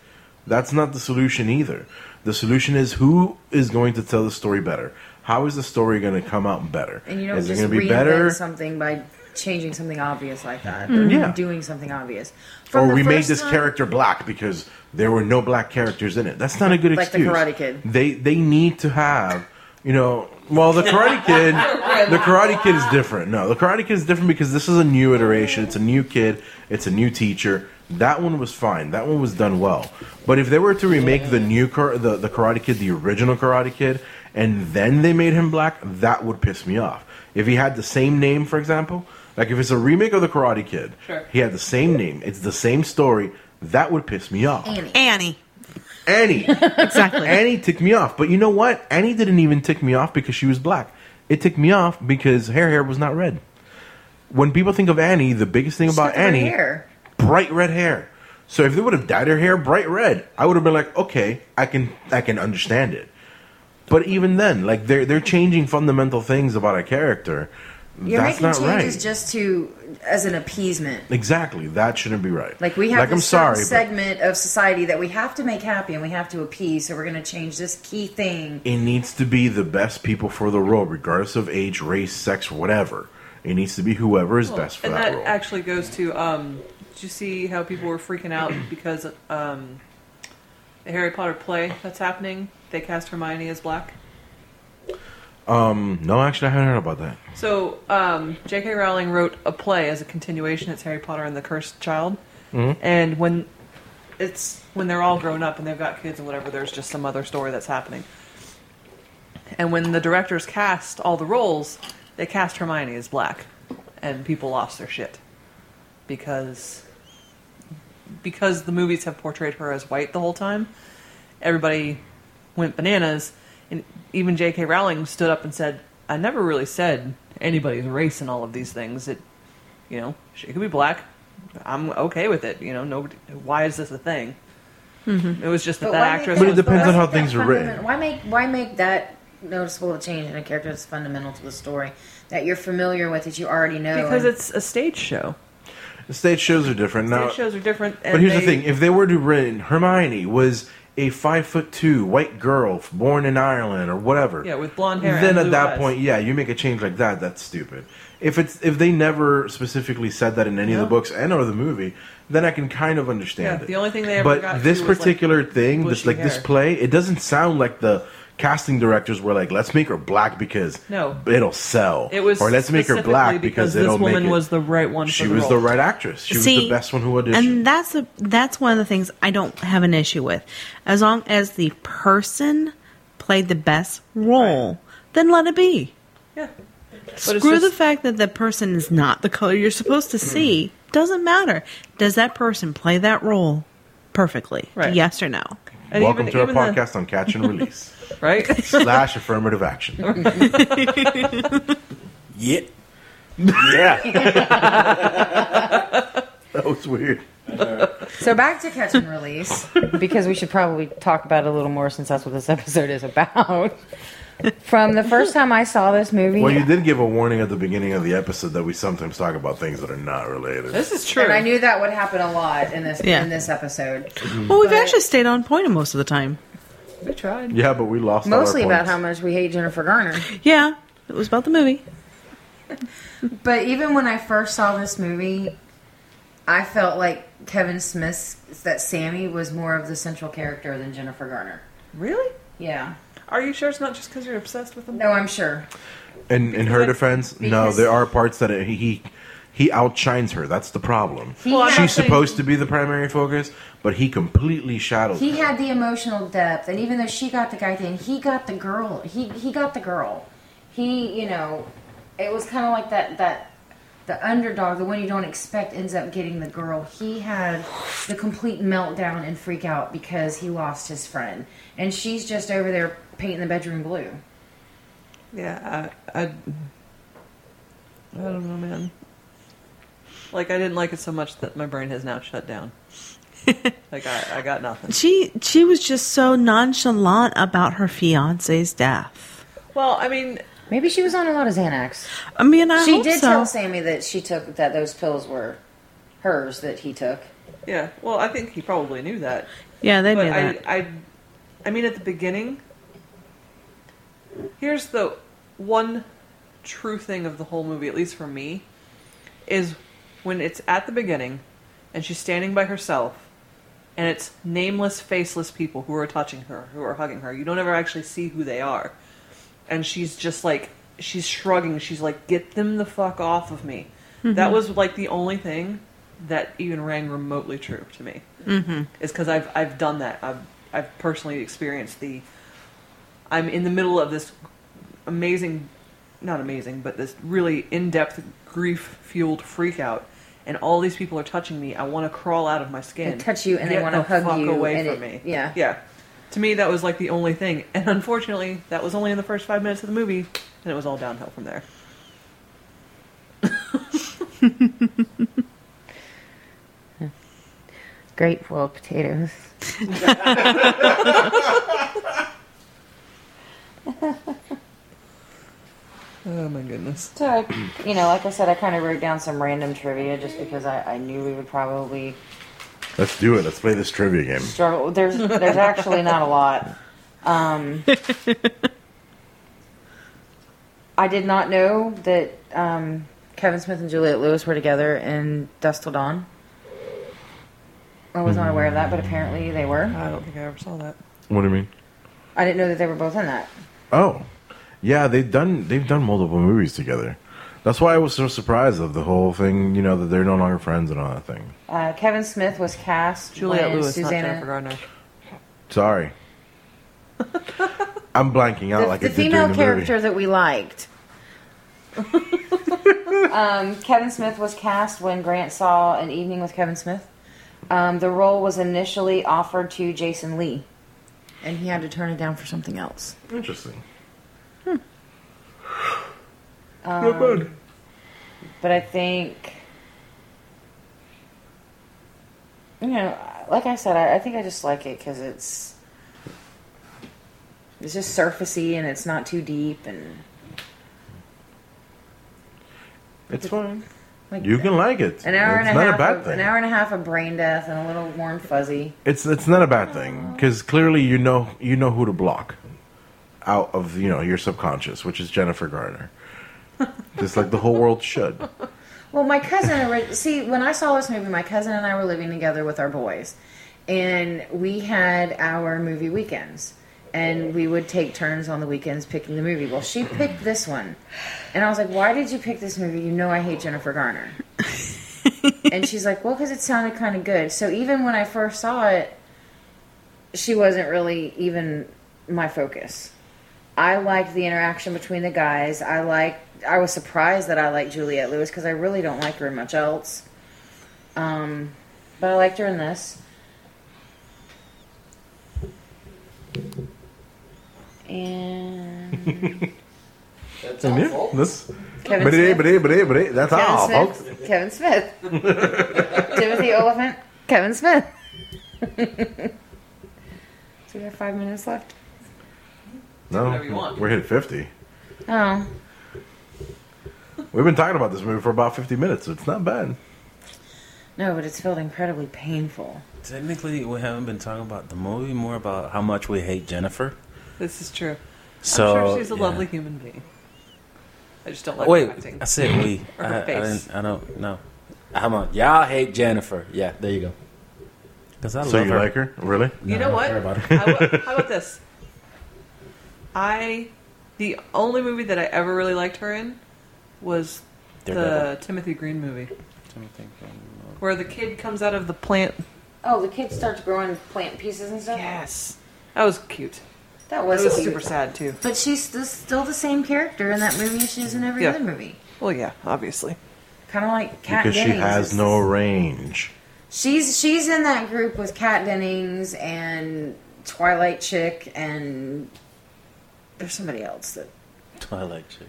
That's not the solution either. The solution is who is going to tell the story better. How is the story going to come out better? And you don't is just gonna reinvent something by changing something obvious like that, or Mm-hmm. Yeah. doing something obvious. or the Oh, we made first this time- character black because there were no black characters in it. That's not a good Like the excuse. Karate Kid. They they need to have you know. Well, the Karate Kid, the Karate Kid is different. No, the Karate Kid is different because this is a new iteration. It's a new kid. It's a new teacher. That one was fine. That one was done well. But if they were to remake the new Kar- the the Karate Kid, the original Karate Kid, and then they made him black, that would piss me off. If he had the same name, for example, like if it's a remake of the Karate Kid, Sure. he had the same name. It's the same story. That would piss me off. Annie. annie Annie. (laughs) exactly Annie ticked me off. But you know what? Annie didn't even tick me off because she was black. It ticked me off because her hair was not red. when people think of Annie, the biggest thing about Stuck in her Annie, hair. bright red hair. So if they would have dyed her hair bright red, I would have been like, okay, I can I can understand it. But even then, like they're they're changing fundamental things about a character. You're That's making not changes right. just to as an appeasement. exactly. That shouldn't be right. Like we have Like this I'm certain sorry. but segment of society that we have to make happy and we have to appease, so we're going to change this key thing. it needs to be the best people for the role, regardless of age, race, sex, whatever. It needs to be whoever is best for and that, that role. actually goes to um, did you see how people were freaking (clears throat) out because um, the Harry Potter play that's happening? They cast Hermione as black. no, actually, I haven't heard about that. So um, J.K. Rowling wrote a play as a continuation. It's Harry Potter and the Cursed Child, Mm-hmm. and when it's when they're all grown up and they've got kids and whatever, there's just some other story that's happening. And when the directors cast all the roles, they cast Hermione as black, and people lost their shit because because the movies have portrayed her as white the whole time. Everybody went bananas, and even J.K. Rowling stood up and said, "I never really said anybody's race in all of these things. It, you know, she could be black. I'm okay with it. You know, nobody. Why is this a thing? It was just that that why make actress. But it was depends black. on how make that things are written. fundament- Why make why make that noticeable a change in a character that's fundamental to the story that you're familiar with that you already know? because and- it's a stage show. The stage shows are different. now, stage shows are different. And But here's they- the thing: if they were to written Hermione was a five foot two white girl born in Ireland or whatever, Yeah, with blonde hair then and at blue that eyes. point, yeah, you make a change like that. That's stupid. If it's if they never specifically said that in any of the No. books and or the movie, then I can kind of understand Yeah, it. the only thing they ever but got this to was, like, particular thing, this bushy like this hair. play, it doesn't sound like the casting directors were like, let's make her black because No. it'll sell, It was or let's make her specifically black because, this it'll woman make it. was the right one. she for the was role. the right actress. She was the best one who auditioned. And that's a, that's one of the things I don't have an issue with. As long as the person played the best role, then let it be. Yeah. But it's Screw the just- Mm. fact that the person is not the color you're supposed to see. Doesn't matter. Does that person play that role perfectly? Right. Yes or no? and Welcome even- to our even the- podcast on catch and release (laughs) right? slash affirmative (laughs) action. yeah. Yeah. (laughs) that was weird. so back to catch and release (laughs) because we should probably talk about it a little more since that's what this (laughs) episode is about. From the first time I saw this movie, Well, you did give a warning at the beginning of the episode that we sometimes talk about things that are not related. This is true. and I knew that would happen a lot in this Yeah. in this episode. Well, we've But- actually stayed on point most of the time. we tried. Yeah, but we lost all our Mostly about points. how much we hate Jennifer Garner. Yeah, it was about the movie. But even when I first saw this movie, I felt like Kevin Smith's that Sammy was more of the central character than Jennifer Garner. Really? Yeah. Are you sure it's not just because you're obsessed with them? No, I'm sure. In, in her defense, no, because- there are parts that he he- he outshines her. That's the problem. He, had, She's supposed to be the primary focus, but he completely shadows he her. had the emotional depth, and even though she got the guy thing, he got the girl. He he got the girl. He you know, it was kind of like that that the underdog, the one you don't expect, ends up getting the girl. He had the complete meltdown and freak out because he lost his friend, and she's just over there painting the bedroom blue. Yeah, I, I, I don't know, man. Like I didn't like it so much that my brain has now shut (laughs) down. like I, I got nothing. She she was just so nonchalant about her fiance's death. Well, I mean, Maybe she was on a lot of Xanax. I mean, I she hope did so. tell Sammy that she took that those pills were hers that he took. yeah. Well, I think he probably knew that. yeah, they but knew that. I, I, I mean, at the beginning, here's the one true thing of the whole movie, at least for me, is when it's at the beginning and she's standing by herself and it's nameless, faceless people who are touching her, who are hugging her. You don't ever actually see who they are. And she's just like, she's shrugging. She's like, get them the fuck off of me. That was like the only thing that even rang remotely true to me is because I've I've done that. I've I've personally experienced the. I'm in the middle of this amazing, not amazing, but this really in-depth grief fueled freak out, and all these people are touching me. I want to crawl out of my skin. They touch you and they Get wanna the hug fuck you Away and from me. it- yeah. yeah. To me, that was like the only thing, and unfortunately, that was only in the first five minutes of the movie, and it was all downhill from there. Great boiled potatoes. Oh my goodness. So, I, you know, like I said, I kind of wrote down some random trivia just because I, I knew we would probably Let's do it. Let's play this trivia game. struggle. There's there's actually not a lot. Um, I did not know that um, Kevin Smith and Juliet Lewis were together in Dust Till Dawn. I was not aware of that, but apparently they were. I don't think I ever saw that. What do you mean? I didn't know that they were both in that. Oh, yeah. They've done they've done multiple movies together. That's why I was so surprised of the whole thing. You know that they're no longer friends and all that thing. Uh, Kevin Smith was cast. Juliet when Lewis, Susanna, not Jennifer Gardner. (laughs) Sorry, I'm blanking out the, Oh, like the I did female during the character Movie. that we (laughs) liked. um, Kevin Smith was cast when Grant saw An Evening with Kevin Smith. Um, the role was initially offered to Jason Lee, and he had to turn it down for something else. Interesting. Hmm. Um, But I think, you know, like I said, I, I think I just like it because it's it's just surfacey and it's not too deep and It's fine. like You can like it. An hour it's and a not half. a bad of, thing. An hour and a half of brain death and a little warm fuzzy. It's it's not a bad thing because clearly you know you know who to block out of you know your subconscious, which is (laughs) Jennifer Garner. Just like the whole world should. Well, my cousin. ori- see, when I saw this movie, my cousin and I were living together with our boys, and we had our movie weekends, and we would take turns on the weekends picking the movie. Well, she picked this one, and I was like, "Why did you pick this movie? You know, I hate Jennifer Garner." and she's like, "Well, because it sounded kind of good." So even when I first saw it, she wasn't really even my focus. I liked the interaction between the guys. I liked. I was surprised that I liked Juliette Lewis because I really don't like her in much else. Um, but I liked her in this. And That's And yeah, awful. that's Kevin but it, ain't, Smith. but it, ain't, but it, ain't, but it, ain't. that's Kevin all, folks. Smith. Kevin Smith. Timothy Oliphant. Kevin Smith. (laughs) so we have five minutes left. No, whatever you want. we're hit fifty. Oh, We've been talking about this movie for about fifty minutes. So it's not bad. no, but it's felt incredibly painful. Technically, we haven't been talking about the movie, more about how much we hate Jennifer. This is true. So I'm sure she's a yeah. lovely human being. I just don't like Wait, her acting. I said we. Or I, her I, face. didn't- I don't know. How much? Y'all hate Jennifer. Yeah, there you go. Cause I So love you her. like her, really? You No, know I what? don't care about How, about- (laughs) how about this? I the only movie that I ever really liked her in was the Daredevil. Timothy Green movie, where the kid comes out of the plant. Oh, the kid starts growing plant pieces and stuff. Yes, that was cute. That That was, was cute. super sad too. But she's th- still the same character in that movie as she is in every Yeah. other movie. Well, yeah, obviously. Kind of like Kat Because she Dennings. has It's- no range. She's she's in that group with Kat Dennings and Twilight Chick and there's somebody else that Twilight chick.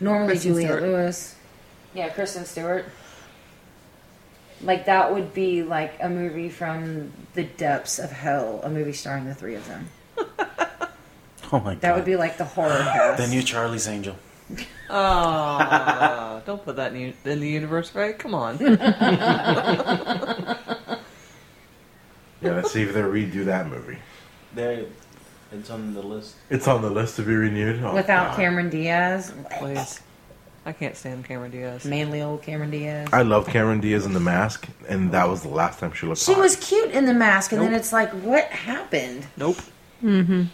normally Kristen Juliette Stewart. Lewis. Yeah, Kristen Stewart. Like that would be like a movie from the depths of hell, a movie starring the three of them. Oh my god. That would be like the (gasps) horror cast. the new Charlie's Angel. Oh, (laughs) don't put that in, u- in the universe, right? Come on. Yeah, let's see if they redo that movie. There, it's on the list. It's on the list to be renewed. Oh, without God. Cameron Diaz, Please, I can't stand Cameron Diaz. manly old Cameron Diaz. I loved Cameron Diaz in The Mask, and that was the last time she looked. She hot. (laughs) was cute in the mask, and then it's like, what happened? Nope. Mm-hmm.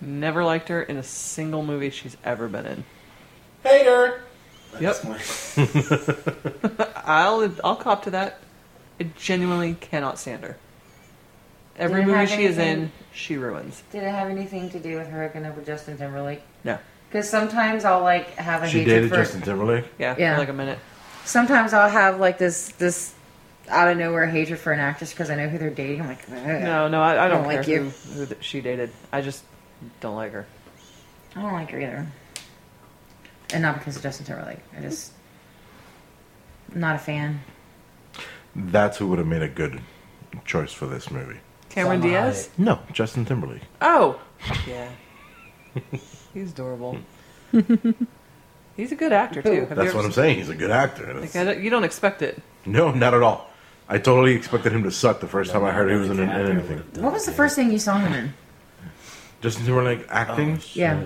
Never liked her in a single movie she's ever been in. Hater. Yep. I'll I'll cop to that. I genuinely cannot stand her. Every Did it movie have she is in, anything- she ruins. Did it have anything to do with her hooking up with Justin Timberlake? No. Because sometimes I'll like have a She hatred dated for. Justin Timberlake. Yeah, Yeah. for like a minute. Sometimes I'll have like this this out of nowhere hatred for an actress because I know who they're dating. I'm like, Ugh. No, no, I, I don't, Don't like care you. who, who that she dated. I just don't like her. I don't like her either. And not because of Justin Timberlake. I just Not a fan. That's who would have made a good choice for this movie. Cameron Somehow Diaz? No, Justin Timberlake. Oh, yeah. (laughs) He's adorable. Hmm. (laughs) He's a good actor too. Have you That's ever what I'm seen- saying. He's a good actor. That's- Like, I don't- you don't expect it. no, not at all. I totally expected him to suck the first time I heard he was in, in anything. What was the first thing you saw him in? Justin Timberlake acting. Yeah.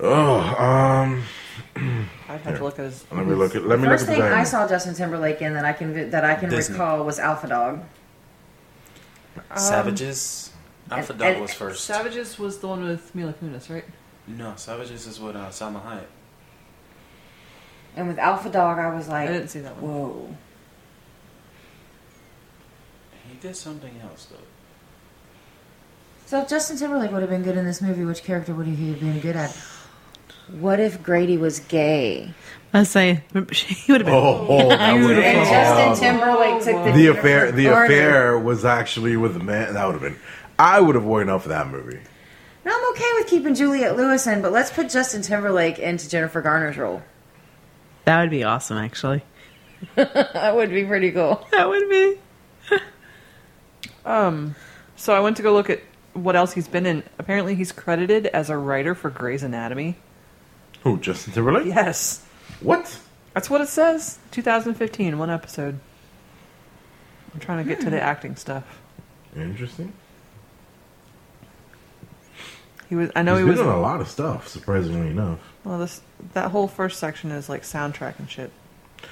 Oh, um, I'd have to look at his. let me look at. Let me First look at thing the I saw Justin Timberlake in that I can vi- that I can Disney. recall was Alpha Dog. Savages. Alpha Um, and- Dog and- was first. Savages was the one with Mila Kunis, right? no, Savages is what uh, Salma Hayek. And with Alpha Dog, I was I like, didn't see that one. whoa. He did something else though. So if Justin Timberlake would have been good in this movie, which character would he have been good at? What if Grady was gay? I say (laughs) he would have been. Oh, oh, that would And Oh. Justin Timberlake took the, The affair. The order. affair was actually with the man. That would have been. I would have worn up for that movie. Now I'm okay with keeping Juliet Lewis in, but let's put Justin Timberlake into Jennifer Garner's role. That would be awesome, actually. That would be pretty cool. That would be. Um, so I went to go look at what else he's been in. Apparently, he's credited as a writer for Grey's Anatomy. Who? Justin Timberlake? Yes, What? that's what it says. 2015, one episode. I'm trying to get to the acting stuff. Interesting. He was. I know He's he was. been on a lot of stuff. Surprisingly enough. Well, this that whole first section is like soundtrack and shit.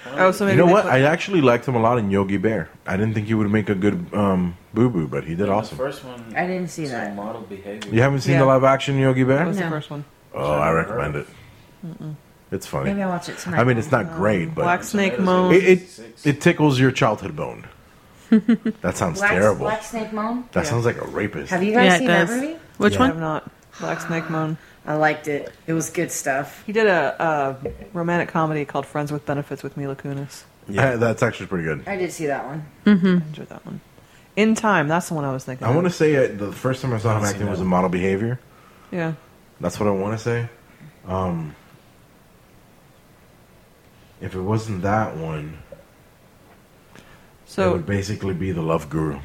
Oh, so You maybe know they what? put- I actually liked him a lot in Yogi Bear. I didn't think he would make a good um, Boo Boo, but he did The awesome. first one. I didn't see some that. Model behavior. You haven't seen Yeah. the live action Yogi That Bear? was No. the first one. Oh, I recommend it. It's Maybe funny. I'll watch it tonight. I mean, it's not great, Black but Snake Tomatoes, Moan. it it, it tickles your (laughs) childhood bone. That sounds Black, terrible. Black Snake Moan. That Yeah. sounds like a rapist. Have you guys yeah, it seen does. that movie? Which I one? have not. Black Snake Moan. I liked it. It was good stuff. He did a, a romantic comedy called Friends with Benefits with Mila Kunis. Yeah, that's actually pretty good. I did see that one. I enjoyed that one. In Time. That's the one I was thinking. I want to of. say uh, the first time I saw him acting was in Model Behavior. Yeah. That's what I want to say. Um, if it wasn't that one, it So would basically be the Love Guru.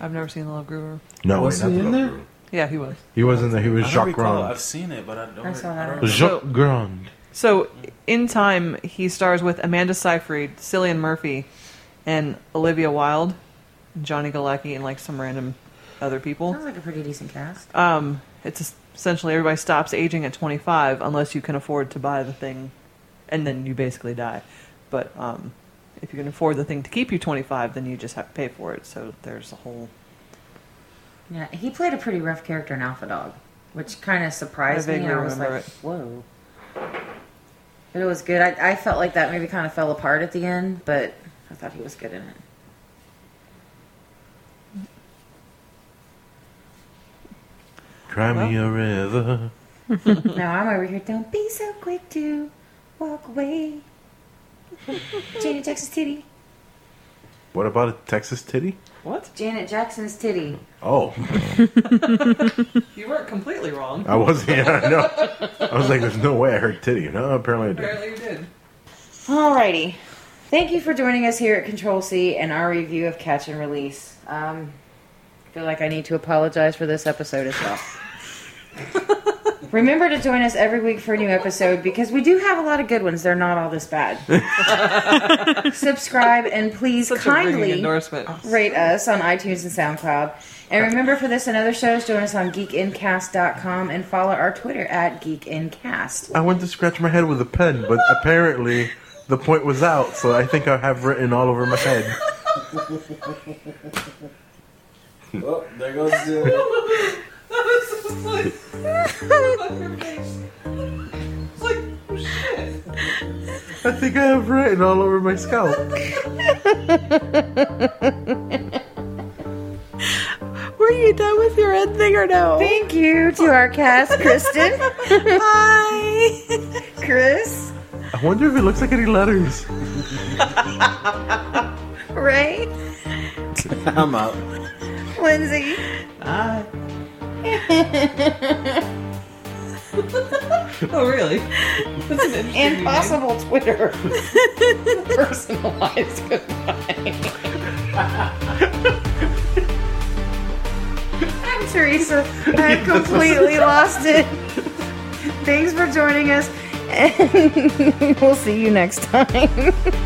I've never seen The Love Guru. No, Was wait, not he in the Love there? Guru. Yeah, he was. He wasn't there. He was I Jacques recall, Grand. I've seen it, but I don't. I saw that. I don't Jacques Grand. So in Time, he stars with Amanda Seyfried, Cillian Murphy, and Olivia Wilde, Johnny Galecki, and like some random other people. Sounds like a pretty decent cast. um, it's essentially everybody stops aging at 25 unless you can afford to buy the thing, and then you basically die. But um, if you can afford the thing to keep you 25, then you just have to pay for it. So there's a whole. Yeah, he played a pretty rough character in Alpha Dog, which kind of surprised I me. And vaguely I was like, remember it. whoa. But it was good. I, I felt like that movie kind of fell apart at the end, but I thought he was good in it. (laughs) Cry me a river. now I'm over here. Don't be so quick to walk (laughs) away. Janet Jackson's titty. What about a Texas titty? What? Janet Jackson's titty. Oh, You weren't completely wrong. I wasn't. Yeah, I know. I was like, there's no way I heard titty. No, apparently I did. Apparently you did. Alrighty. Thank you for joining us here at Control C and our review of Catch and Release. Um, I feel like I need to apologize for this episode as well. (laughs) Remember to join us every week for a new episode because we do have a lot of good ones. They're not all this (laughs) bad. Subscribe and please Such a ringing kindly endorsement. rate us on iTunes and SoundCloud. And remember for this and other shows, join us on geekincast.com and follow our Twitter at geekincast. I went to scratch my head with a pen, but apparently the point was out, so I think I have written all over my head. Oh, there goes the. I think I have written all over my scalp. Were you done with your end thing or no? Thank you to our cast, Kristen. Bye. Chris, I wonder if it looks like any letters. Ray, I'm out. Lindsay. Oh, really? That's an interesting and name. possible Twitter. Personalized goodbye. I'm Teresa. I completely lost it. Thanks for joining us, and we'll see you next time.